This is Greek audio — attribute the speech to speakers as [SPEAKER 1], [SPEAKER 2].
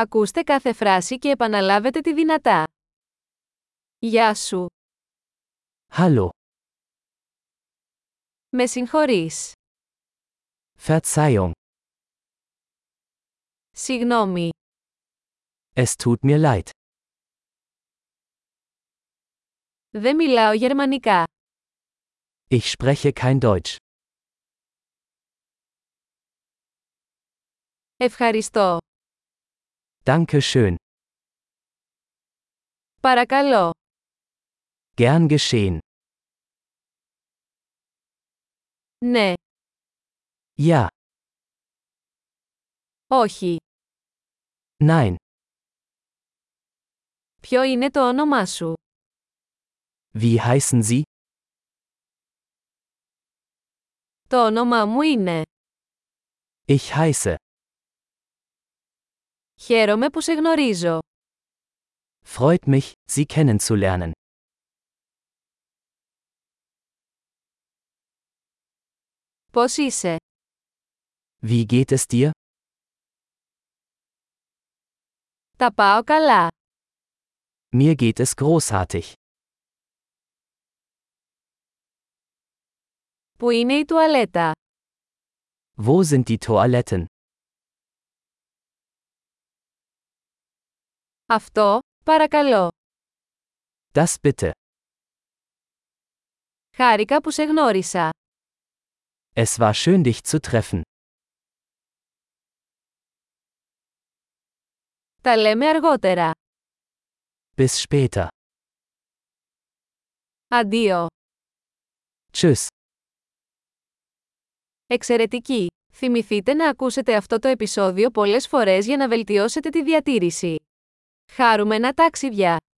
[SPEAKER 1] Ακούστε κάθε φράση και επαναλάβετε τη δυνατά. Γεια σου.
[SPEAKER 2] Hallo,
[SPEAKER 1] Με συγχωρείς.
[SPEAKER 2] Verzeihung,
[SPEAKER 1] Συγγνώμη.
[SPEAKER 2] es tut mir leid.
[SPEAKER 1] Δεν μιλάω γερμανικά.
[SPEAKER 2] Ich spreche kein Deutsch.
[SPEAKER 1] Ευχαριστώ.
[SPEAKER 2] Danke schön.
[SPEAKER 1] Παρακαλώ.
[SPEAKER 2] Gern geschehen.
[SPEAKER 1] Ναι.
[SPEAKER 2] Ja,
[SPEAKER 1] Όχι.
[SPEAKER 2] nein.
[SPEAKER 1] Ποιο είναι το όνομά σου.
[SPEAKER 2] Wie heißen Sie?
[SPEAKER 1] Το όνομά μου είναι.
[SPEAKER 2] Ich heiße.
[SPEAKER 1] Χαίρομαι που σε γνωρίζω.
[SPEAKER 2] Freut mich, Sie kennenzulernen.
[SPEAKER 1] Πώς είσαι.
[SPEAKER 2] Wie geht es dir?
[SPEAKER 1] Τα πάω καλά.
[SPEAKER 2] Mir geht es großartig.
[SPEAKER 1] Πού είναι η τουαλέτα.
[SPEAKER 2] Wo sind die Toiletten?
[SPEAKER 1] Αυτό, παρακαλώ.
[SPEAKER 2] Das bitte.
[SPEAKER 1] Χάρηκα που σε γνώρισα.
[SPEAKER 2] Es war schön, dich zu treffen.
[SPEAKER 1] Τα λέμε αργότερα.
[SPEAKER 2] Bis später.
[SPEAKER 1] Αντίο.
[SPEAKER 2] Tschüss.
[SPEAKER 1] Εξαιρετική! Θυμηθείτε να ακούσετε αυτό το επεισόδιο πολλές φορές για να βελτιώσετε τη διατήρηση. Χάρουμενα ταξίδια!